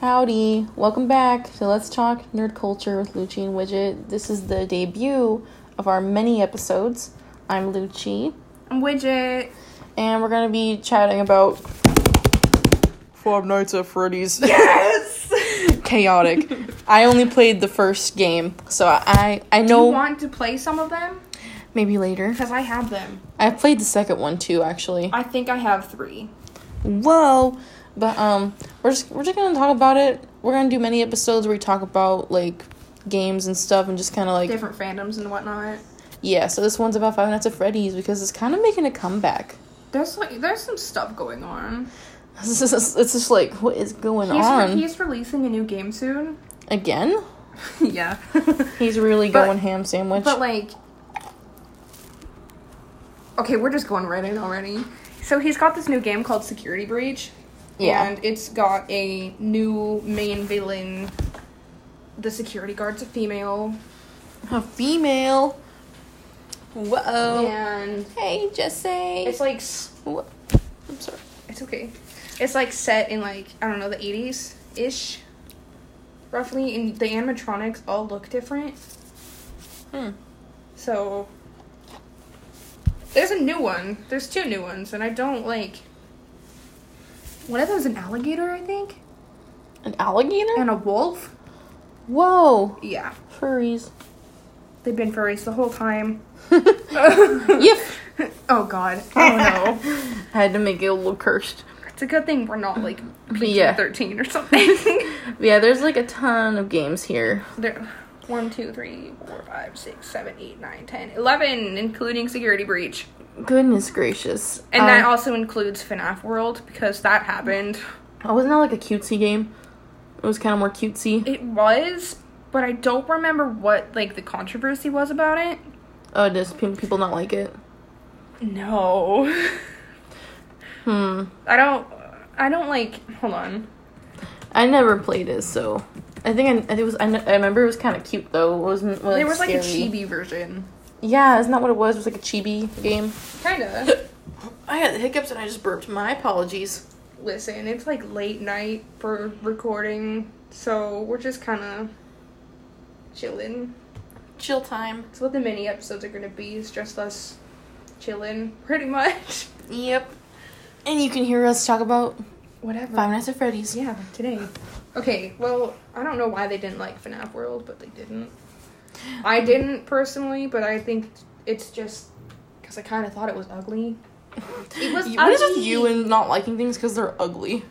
Howdy, welcome back to Let's Talk Nerd Culture with Lucci and Widget. This is the debut of our many episodes. I'm Lucci, I'm Widget. and we're going to be chatting about Five Nights at Freddy's. Yes! Chaotic. I only played the first game, so I I Do you know want to play some of them? maybe later. Because I have them. I played the second one too, actually. I think I have three. Whoa, but um, we're just we're just gonna talk about it. We're gonna do many episodes where we talk about like games and stuff and just kind of like Different fandoms and whatnot. Yeah, so this one's about Five Nights at Freddy's because it's kind of making a comeback. There's like there's some stuff going on. It's just, it's just like, what is going He's, on? he's releasing a new game soon. Again? yeah. He's really But- going ham sandwich. but like Okay, we're just going right in already. So he's got this new game called Security Breach. yeah. And it's got a new main villain. The security guard's a female. a female. Oh. Whoa. And Hey, Jesse. it's like s- Wha- I'm sorry. It's okay. It's like set in like I don't know the eighties ish, roughly, and the animatronics all look different. Hmm. So there's a new one. There's two new ones, and I don't like. One of them's an alligator, I think, An alligator? and a wolf. Whoa. Yeah, Furries. they've been furries the whole time. yep. Oh God. Oh no. I had to make it a little cursed. it's a good thing we're not like Yeah. thirteen or something. Yeah, there's like a ton of games here. There, one, two, three, four, five, six, seven, eight, nine, ten, eleven, including security breach, Goodness gracious. and Um, that also includes FNAF World because that happened. oh, wasn't that like a cutesy game? It was kind of more cutesy. It was, but I don't remember what like the controversy was about it. Oh, does pe- people not like it? No, Hmm. I don't. I don't like. Hold on. I never played it, so I think I, I think it was. I, kn- I remember it was kind of cute though. It wasn't. Like, there was like a scary. chibi version, Yeah, isn't that what it was? It was like a chibi game. kinda. I had the hiccups and I just burped. My apologies. Listen, it's like late night for recording, so we're just kind of chilling. Chill time. So what the mini episodes are gonna be is just us chilling, pretty much. Yep. And you can hear us talk about Whatever. Five Nights at Freddy's. Yeah, today. Okay, well, I don't know why they didn't like FNAF World, but they didn't. I didn't personally, but I think it's just because I kind of thought it was ugly. It was You- What is with ugly. you and not liking things because they're ugly?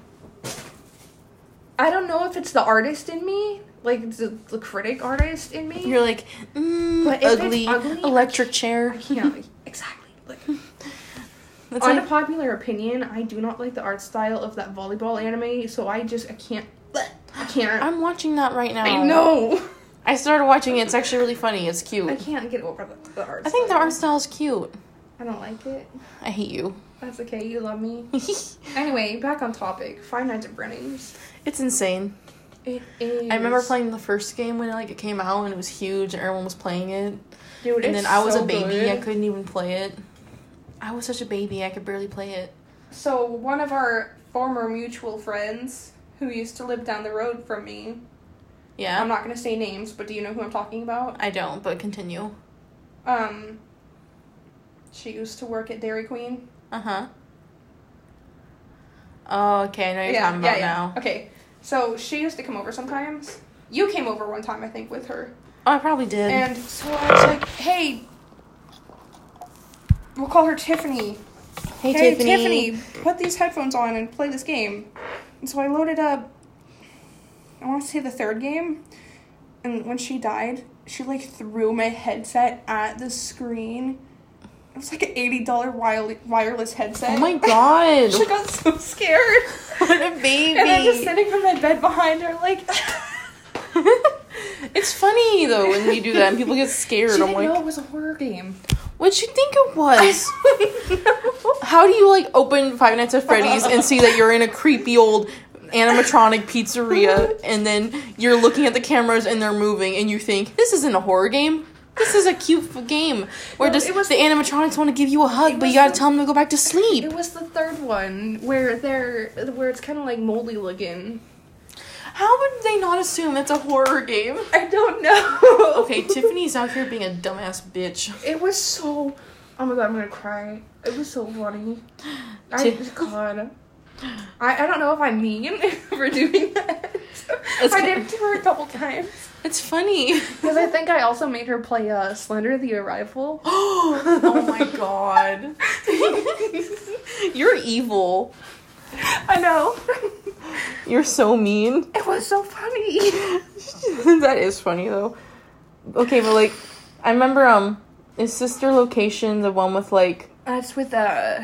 I don't know if it's the artist in me, like the, the critic artist in me. You're like, mm, But if it's ugly, ugly, electric chair. yeah, exactly. Like, That's like, unpopular opinion, I do not like the art style of that volleyball anime, so I just I can't. I can't. I'm watching that right now. I know. I started watching it. It's actually really funny. It's cute. I can't get over the, the art. I think the style. art style is cute. I don't like it. I hate you. That's okay. You love me. Anyway, back on topic. Five Nights at Freddy's. it's insane. It is. I remember playing the first game when like it came out and it was huge and everyone was playing it. Dude, and it's then I was so a baby. I good. couldn't even play it. I was such a baby. I could barely play it. So one of our former mutual friends who used to live down the road from me. Yeah. I'm not gonna say names, but do you know who I'm talking about? I don't. But continue. Um. She used to work at Dairy Queen. Uh huh. Oh, okay. I know what you're talking about now. Okay. So she used to come over sometimes. You came over one time, I think, with her. Oh, I probably did. And so I was like, hey, we'll call her Tiffany. hey, Tiffany. Tiffany. put these headphones on and play this game. And so I loaded up, I want to say the third game. And when she died, she like threw my headset at the screen. It was like an $80 wile- wireless headset. Oh my god. she got so scared. What a baby. And I'm just sitting from my bed behind her, like. it's funny though when we do that and people get scared. She didn't I'm like, know it was a horror game. what'd you think it was? How do you like open Five Nights at Freddy's and see that you're in a creepy old animatronic pizzeria and then you're looking at the cameras and they're moving and you think this isn't a horror game? This is a cute f- game where No, just it was- the animatronics want to give you a hug, It but you was gotta the- tell them to go back to sleep. It was the third one where they're where it's kind of like moldy looking. How would they not assume it's a horror game? I don't know. Okay, Tiffany's out here being a dumbass bitch. It was so. Oh my god, I'm gonna cry. It was so funny. I Ti- God. I, I don't know if I'm mean for doing that. It's I ki- did it to her a couple times It's funny. because I think I also made her play uh, Slender the Arrival. oh my god. You're evil. I know. You're so mean. It was so funny. that is funny though. Okay, but like I remember um is sister location the one with like That's with uh,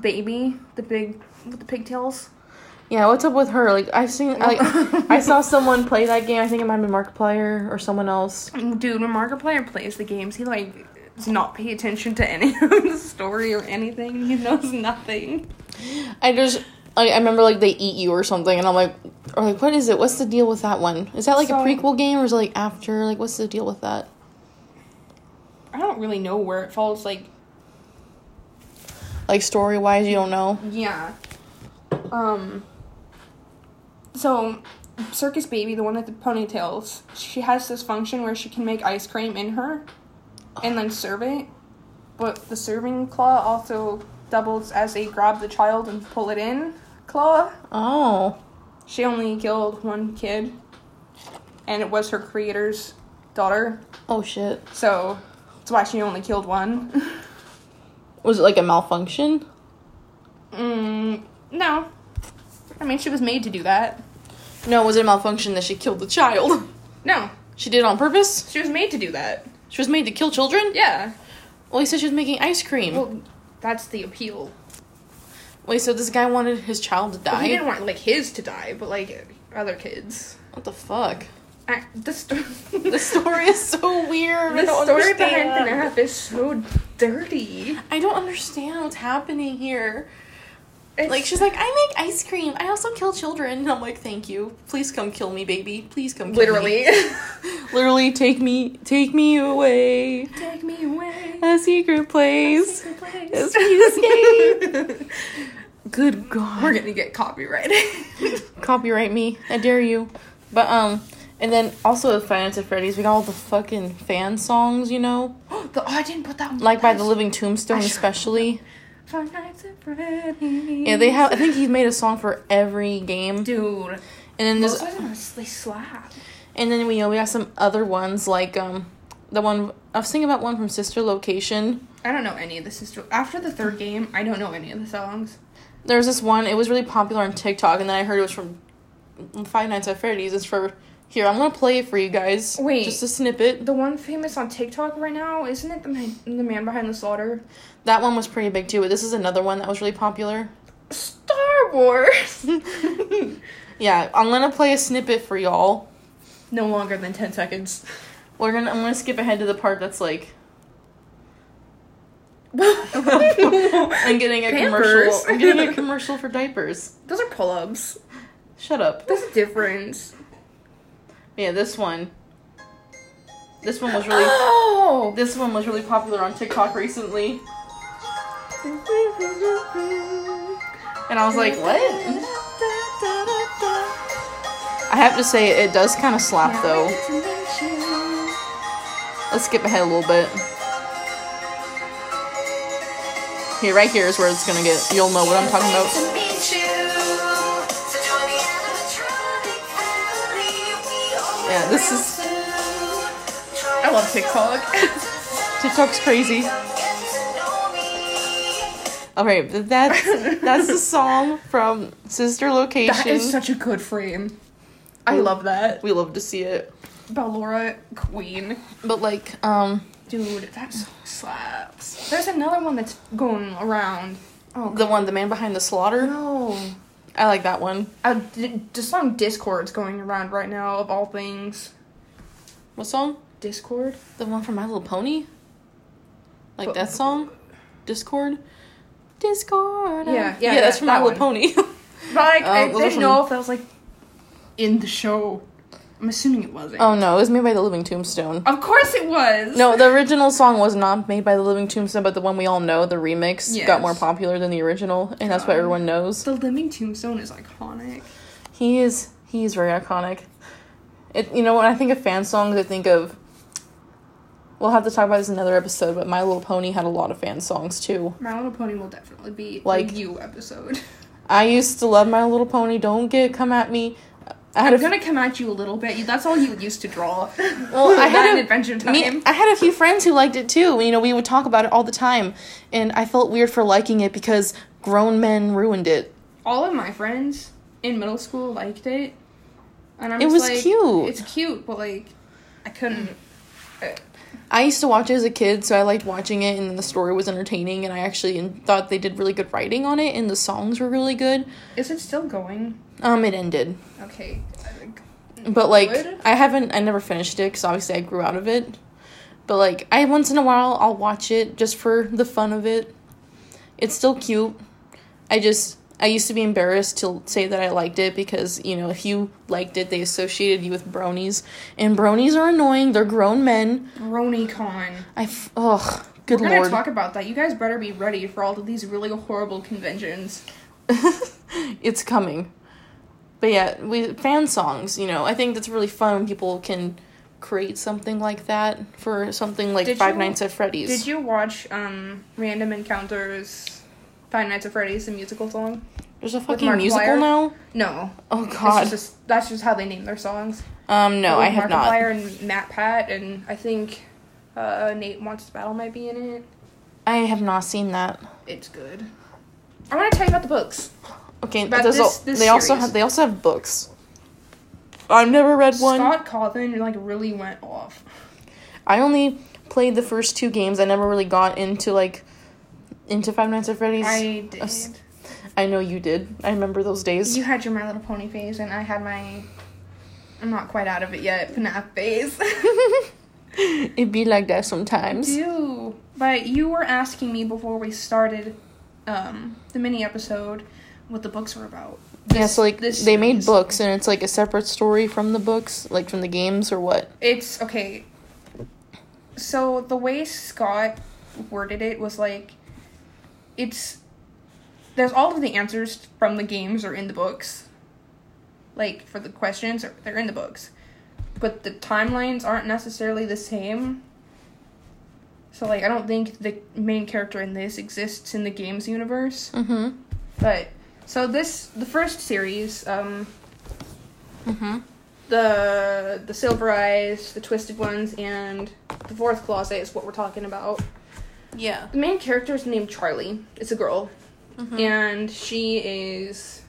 baby, the big with the pigtails. yeah, what's up with her? Like I've seen like I saw someone play that game. I think it might have been Markiplier or someone else. Dude, when Markiplier plays the games, he like does not pay attention to any of the story or anything. He knows nothing. I just I, I remember like they eat you or something and I'm like or like what is it? What's the deal with that one? Is that like So- a prequel game or is it like after? Like what's the deal with that? I don't really know where it falls. Like, Like story wise, you don't know. yeah. Um. So, Circus Baby, the one with the ponytails, she has this function where she can make ice cream in her, and then serve it. But the serving claw also doubles as a grab the child and pull it in claw. Oh. She only killed one kid, and it was her creator's daughter. Oh shit. So that's why she only killed one. Was it like a malfunction? mm, no, I mean she was made to do that. No, was it a malfunction that she killed the child? No, She did it on purpose? she was made to do that. She was made to kill children? Yeah. Oh. Well, he said she was making ice cream. Well, that's the appeal. Wait, so this guy wanted his child to But die? he didn't want like his to die, but like other kids. what the fuck? I, the, sto- The story is so weird. I The don't story understand. behind the nap is so dirty. I don't understand what's happening here. It's, Like she's like, I make ice cream. I also kill children. And I'm like, thank you. Please come kill me, baby. Please come. Kill literally. me. literally, take me, take me away. Take me away. A secret place. Secret place. As we escape. Good God. We're gonna get copyrighted. copyright me. I dare you. But um, and then also with Five Nights at Freddy's, we got all the fucking fan songs, you know, the, oh, I didn't put that one. like by the Living Tombstone, sure- especially. Five Nights at Freddy's. Yeah, they have. I think he's made a song for every game, and Dude, then those there's, are honestly slap. and then we know we got some other ones like um, the one I was thinking about one from Sister Location. I don't know any of the sister. After the third game, I don't know any of the songs. There was this one. It was really popular on TikTok, and then I heard it was from Five Nights at Freddy's. It's for here. I'm gonna play it for you guys. Wait. just a snippet. The one famous on TikTok right now, isn't it the man, the man behind the slaughter? That one was pretty big too, but this is another one that was really popular. Star Wars. Yeah, I'm gonna play a snippet for y'all. no longer than ten seconds. We're gonna I'm gonna skip ahead to the part that's like I'm Those getting a Pampers. commercial. I'm getting a commercial for diapers. are pull-ups. Shut up. There's a difference. Yeah, this one. This one was really Oh. this one was really popular on TikTok recently. And I was like, what? I have to say it does kinda slap though. Let's skip ahead a little bit. Here, right here is where it's gonna get you'll know what I'm talking about. Yeah, this is- I I love TikTok. TikTok's crazy. Okay, but that's that's the song from Sister Location. That is such a good frame. I love that. we love to see it. Ballora Queen. But like, um, Dude, that song slaps. There's another one that's going around. Oh, the one, the man behind the slaughter. no. I like that one. Uh, d- the song Discord's going around right now, of all things. What song? Discord? The one from My Little Pony. Like that song, Discord. Discord. uh, Yeah, yeah, yeah. That's that- from My that Little Pony. Like, I Uh, well, didn't from- know if that was like in the show. I'm assuming it wasn't. oh no, it was made by the Living Tombstone. Of course it was. No, the original song was not made by the Living Tombstone, but the one we all know, the remix, Yes. got more popular than the original, and that's what everyone knows. The Living Tombstone is iconic. He is He's very iconic. It you know when I think of fan songs, I think of. We'll have to talk about this in another episode, but My Little Pony had a lot of fan songs too. My Little Pony will definitely be Like- like you episode. I used to love My Little Pony. Don't get come at me. I had I'm a gonna come at you a little bit. You- That's all you used to draw. Well, I That had and a- Adventure Time. Me, I had a few friends who liked it too. You know, we would talk about it all the time, and I felt weird for liking it because grown men ruined it. all of my friends in middle school liked it, and I'm It just was like, cute. It's cute, but like, I couldn't. uh, I used to watch it as a kid, so I liked watching it, and the story was entertaining, and I actually en- thought they did really good writing on it, and the songs were really good. Is it still going? Um, it ended, Okay. uh, but like Good? I haven't, I never finished it because obviously I grew out of it. But like I once in a while I'll watch it just for the fun of it. It's still cute. I just I used to be embarrassed to say that I liked it because, you know, if you liked it, they associated you with bronies. And bronies are annoying. They're grown men. BronyCon. I f- ugh, good We're gonna lord. talk about that. You guys better be ready for all of these really horrible conventions. it's coming. But yeah, we fan songs, you know. I think that's really fun when people can create something like that for something like Did Five you- Nights at Freddy's. Did you watch um Random Encounters, Five Nights at Freddy's, the musical song? There's a fucking Markiplier? musical now? No. Oh It's god. just, that's just how they name their songs. um no, I Like have not. Markiplier and Matt Pat, and I think uh, Nate Wants to Battle might be in it. I have not seen that. It's good. I want to tell you about the books. Okay, About there's this- al- this they also series. have they also have books. I've never read one. Scott Cawthon like really went off. I only played the first two games. I never really got into like into Five Nights at Freddy's. I did. s- I know you did. I remember those days. You had your My Little Pony phase, and I had my. I'm not quite out of it yet. FNAF phase. It'd be like that sometimes. Do. But you were asking me before we started um, the mini episode what the books were about. yeah, so like this they made series. books and it's like a separate story from the books, like from the games or what? It's okay. So the way Scott worded it was like it's there's all of the answers from the games are in the books. Like for the questions are they're in the books. But the timelines aren't necessarily the same. So like I don't think the main character in this exists in the games universe. Mhm. But so this the first series um Mm-hmm. Mhm. the the silver eyes, the twisted ones, and the fourth closet is what we're talking about. Yeah. Mm-hmm. The main character is named Charlie. It's a girl, and she is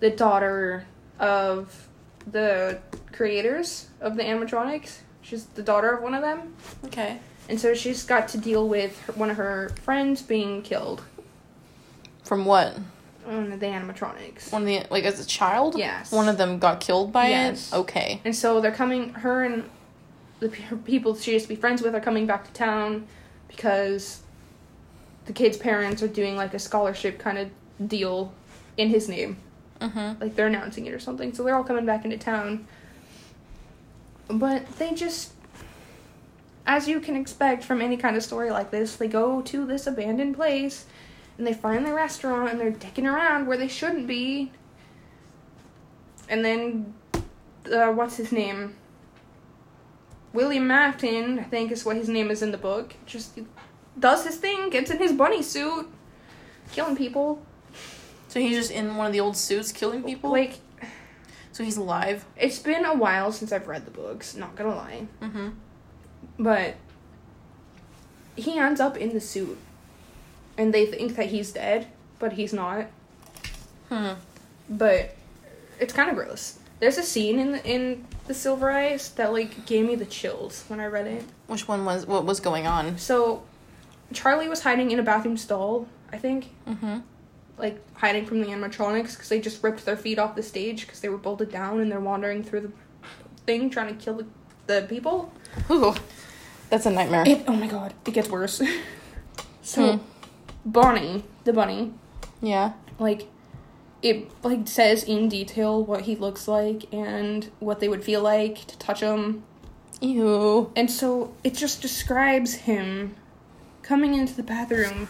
the daughter of the creators of the animatronics. She's the daughter of one of them, Okay. and so she's got to deal with her, one of her friends being killed From what? on the animatronics. One of the like as a child? Yes. One of them got killed by Yes. it? Okay. And so they're coming, her and the p- her people she used to be friends with are coming back to town because the kid's parents are doing like a scholarship kind of deal in his name. Mhm. Like they're announcing it or something. So they're all coming back into town. But they just, as you can expect from any kind of story like this, they go to this abandoned place and they find the restaurant and they're dicking around where they shouldn't be. And then, uh, what's his name? William Mafton, I think is what his name is in the book. Just does his thing, gets in his bunny suit, killing people. So he's just in one of the old suits killing people? Like, So he's alive? it's been a while since I've read the books, not gonna lie. Mm-hmm. But he ends up in the suit. And they think that he's dead, but he's not. Hmm. But it's kind of gross. There's a scene in the, in the Silver Eyes that like gave me the chills when I read it. Which one was what was going on? So Charlie was hiding in a bathroom stall, I think, Mm-hmm. like hiding from the animatronics because they just ripped their feet off the stage because they were bolted down and they're wandering through the thing trying to kill the, the people. Ooh, that's a nightmare. It, oh my god, it gets worse. so Bonnie, the bunny, yeah. like it like says in detail what he looks like and what they would feel like to touch him. Ew. And so it just describes him coming into the bathroom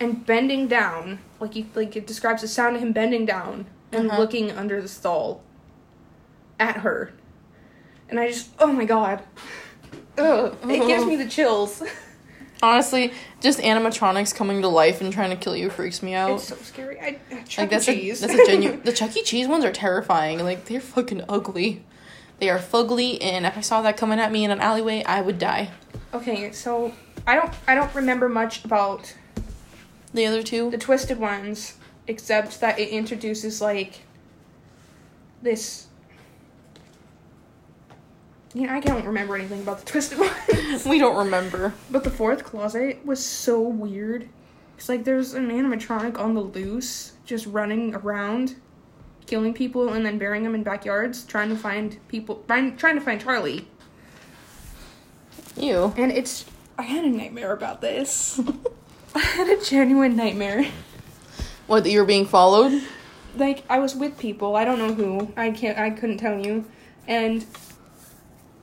and bending down, like he like it describes the sound of him bending down and Uh-huh. looking under the stall at her. And I just, oh my god. Ugh, it gives me the chills. Honestly, just animatronics coming to life and trying to kill you freaks me out. It's so scary. I, like Chuck E. that's a, Cheese. that's a genuine. The Chuck E. Cheese ones are terrifying. Like they're fucking ugly. They are fugly, and if I saw that coming at me in an alleyway, I would die. okay, so I don't I don't remember much about The other two, the twisted ones, except that it introduces like this. You know, I don't remember anything about the twisted ones. we don't remember. But the fourth closet was so weird. It's like there's an animatronic on the loose, just running around, killing people and then burying them in backyards, trying to find people, trying trying to find Charlie. You. And it's I had a nightmare about this. I had a genuine nightmare. What? That you were being followed? Like I was with people, I don't know who. I can't I couldn't tell you. And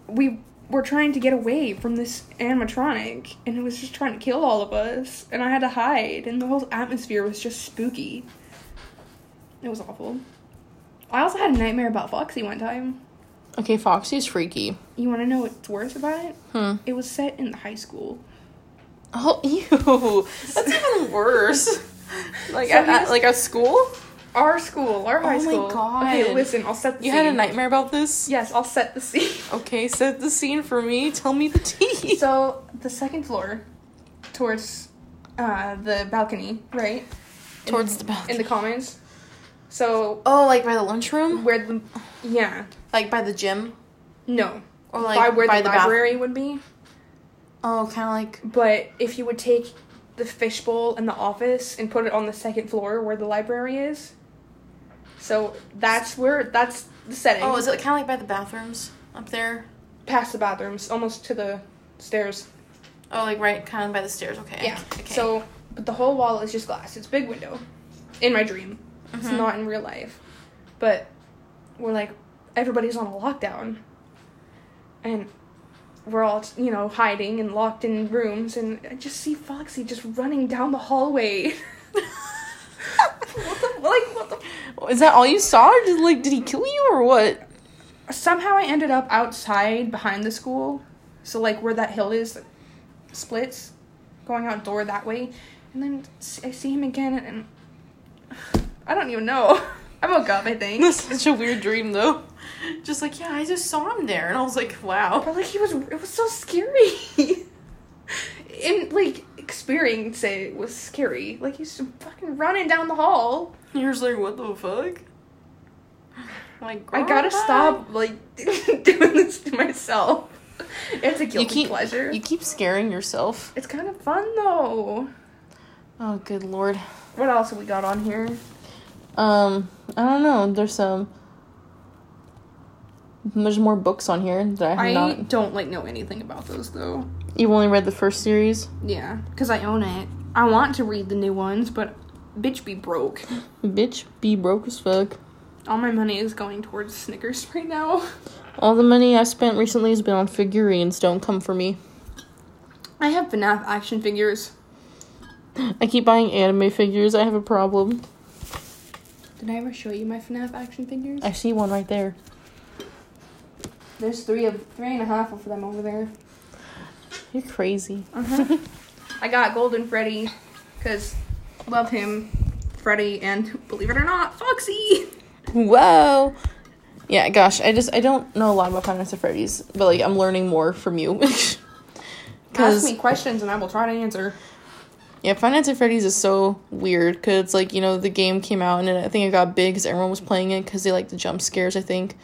we were trying to get away from this animatronic and it was just trying to kill all of us and I had to hide and the whole atmosphere was just spooky. It was awful. I also had a nightmare about Foxy one time. Okay, Foxy's freaky. You want to know what's worse about it? Hmm. It was set in the high school. Oh, ew. That's even worse. Like So at, he at- was- like at school, Our school, our high Oh my school. God. Okay, listen, I'll set the you scene. had a nightmare about this. Yes, I'll set the scene. Okay, set the scene for me. Tell me the tea. so the second floor, towards uh, the balcony, right Towards the in balcony. the commons. So oh, like by the lunchroom, where the yeah like by the gym, no or like by where the, bath- library would be, Oh, kind of like but if you would take the fishbowl and the office and put it on the second floor where the library is. So that's where that's the setting. Oh, is it kind of like by the bathrooms up there? past the bathrooms, almost to the stairs. Oh, like right kind of by the stairs. Okay. Yeah. Okay. So, but the whole wall is just glass. It's a big window. In my dream. It's Mhm. not in real life. But we're like, everybody's on a lockdown. And we're all, you know, hiding and locked in rooms. And I just see Foxy just running down the hallway. what the, like, what the? is that all you saw? Or just like, did he kill you or what? Somehow I ended up outside behind the school. So, like, where that hill is that splits, going outdoor that way. And then s- I see him again, and, and I don't even know. I woke up, I think. That's such a weird dream though. Just like, yeah, I just saw him there, and I was like, wow. But, like, he was, it was so scary. and, like, experience it was scary. Like, he's just fucking running down the hall. You're just like, what the fuck? Like, I gotta girl, stop, like, doing this to myself. It's a guilty keep- pleasure. You keep scaring yourself. it's kind of fun, though. Oh, good lord. What else have we got on here? Um, I don't know. There's some. There's more books on here that I have I not. don't like know anything about those though. You've only read the first series. Yeah, because I own it. I want to read the new ones, but bitch be broke. Bitch, be broke as fuck. All my money is going towards Snickers right now. All the money I spent recently has been on figurines. Don't come for me. I have FNAF action figures. I keep buying anime figures. I have a problem. Did I ever show you my FNAF action figures? I see one right there. There's three of three and a half of them over there. You're crazy. Uh-huh. I got Golden Freddy, cause love him, Freddy, and believe it or not, Foxy. Whoa. Yeah, gosh, I just I don't know a lot about Five Nights at Freddy's, but like I'm learning more from you. Ask Because me questions and I will try to answer. yeah, Five Nights at Freddy's is so weird because it's like you know the game came out and I think it got big because everyone was playing it because they like the jump scares I think,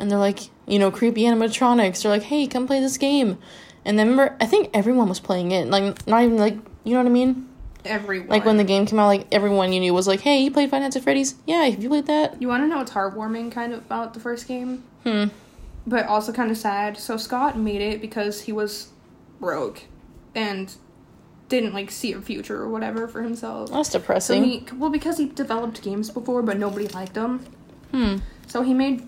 and they're like you know creepy animatronics. They're like, hey, come play this game, and then remember I think everyone was playing it like not even like you know what I mean. Everyone. Like when the game came out, like everyone you knew was like, "Hey, you played Five Nights at Freddy's? Yeah, have you played that?" You want to know what's heartwarming kind of about the first game, Hmm. but also kind of sad? So Scott made it because he was broke and didn't like see a future or whatever for himself. That's So depressing. he, well, because he developed games before, but nobody liked them. hmm. So he made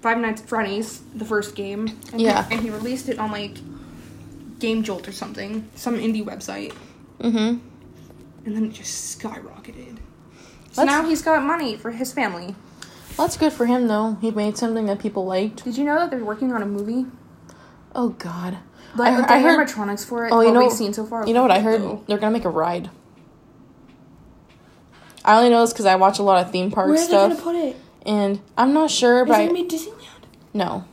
Five Nights at Freddy's, the first game. And Yeah. He, and he released it on like Game Jolt or something, some indie website. Mm-hmm. And then it just skyrocketed. So That's- now he's got money for his family. Well, that's good for him though. He made something that people liked. Did you know that they're working on a movie? Oh God. Like, I- I, I heard- animatronics for it. Oh, you what know- we've seen so far. You know what I heard? Though. They're gonna make a ride. I only know this because I watch a lot of theme park Where are stuff, they gonna put it? Is and I'm not sure. But it I- gonna be Disneyland? no,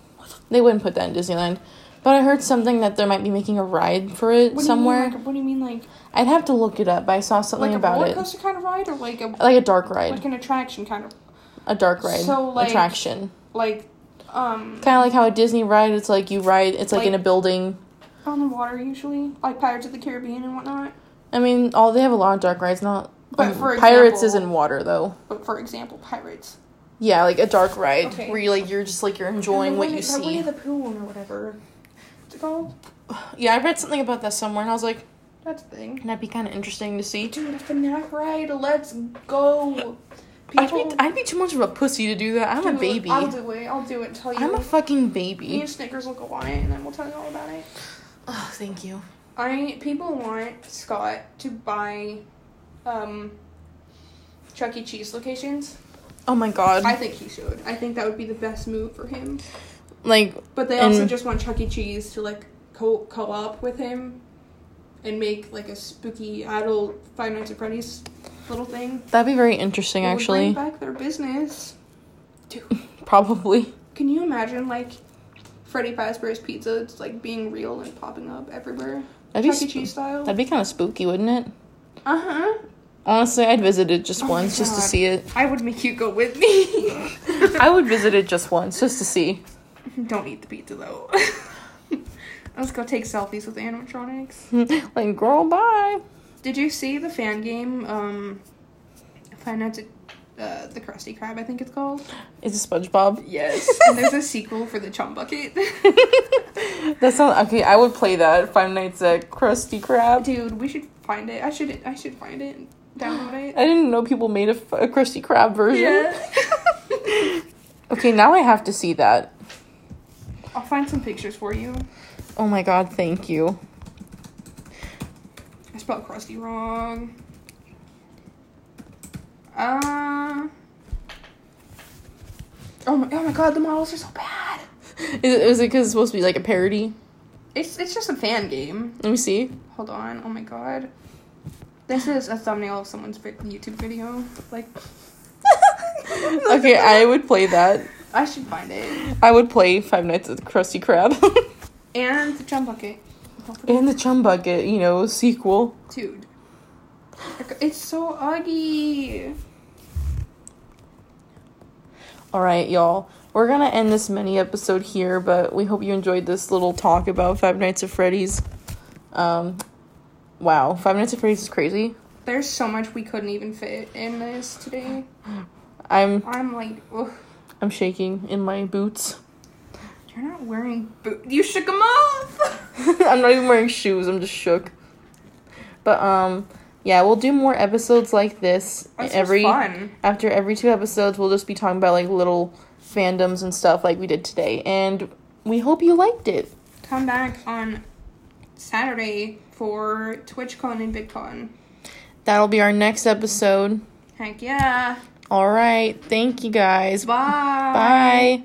they wouldn't put that in Disneyland. But I heard something that they might be making a ride for it What somewhere. Do you mean, like, what do you mean, like I'd have to look it up. But I saw something like a about roller it, Uh, coaster kind of ride, or like a like a dark ride, like an attraction kind of a dark ride So, like- attraction. like um Kind of like how a Disney ride, it's like you ride, it's like, in a Like- building. on the water usually, like Pirates of the Caribbean and whatnot. I mean, all they have a lot of dark rides. Not But um, for pirates example- is in water though. But for example, Pirates. Yeah, like a dark ride Okay. where you like you're just like you're enjoying what you see. Winnie the Pooh one or whatever. What's it called? Yeah, I read something about that somewhere, and I was like, That's the thing. that'd be kind of interesting to see. Dude, the FNAF ride, let's go. I'd be, I'd be too much of a pussy to do that. I'm a Dude, baby. I'll do it. I'll do it. Tell you. I'm a fucking Me baby. and Snickers will go on it, and then we'll tell you all about it. Oh, thank you. I people want Scott to buy, um, Chuck E. Cheese locations. Oh my god. I think he should. I think that would be the best move for him. like, But they also And- just want Chuck E. Cheese to like co co-op with him, and make like a spooky adult Five Nights at Freddy's little thing. that'd be very interesting, It would bring actually. back their business. Dude, Probably. can you imagine like Freddy Fazbear's Pizza? It's like being real and popping up everywhere, That'd be, Chuck E. sp- Cheese style. that'd be kind of spooky, wouldn't it? Uh huh. Honestly, I'd visit it just Oh my once just to God. see it. I would make you go with me. I would visit it just once just to see. Don't eat the pizza though. Let's go take selfies with animatronics. like, girl, bye. Did you see the fan game? Um, Five Nights at uh, the Krusty Krab, I think it's called. Is it SpongeBob? Yes. There's a sequel for the Chum Bucket. That sounds okay. I would play that Five Nights at Krusty Krab. Dude, we should find it. I should. I should find it. and Download it. I didn't know people made a, f- a Krusty Krab version. Yeah. Okay, now I have to see that. I'll find some pictures for you. Oh my god, thank you. I spelled Krusty wrong. Uh. Oh my, oh my god, the models are so bad. Is it, is it because it's supposed to be like a parody? It's it's just a fan game. Let me see. Hold on. Oh my god. This is a thumbnail of someone's vi- YouTube video. Like, okay, I would play that. I should find it. I would play Five Nights at the Krusty Krab. And the jump bucket. Don't forget- and the Chum Bucket, you know, sequel. Dude. Like, It's so ugly. Alright, y'all. We're gonna end this mini episode here, but we hope you enjoyed this little talk about Five Nights at Freddy's. Um, wow, Five Nights at Freddy's is crazy. There's so much we couldn't even fit in this today. I'm I'm like, ugh, I'm shaking in my boots. you're not wearing boots. You shook them off. I'm not even wearing shoes. I'm just shook. But um, yeah, we'll do more episodes like this This was every fun. after every two episodes. We'll just be talking about like little fandoms and stuff like we did today, and we hope you liked it. Come back on Saturday for TwitchCon and VidCon. That'll be our next episode. Heck yeah. All right, thank you guys. Bye. Bye.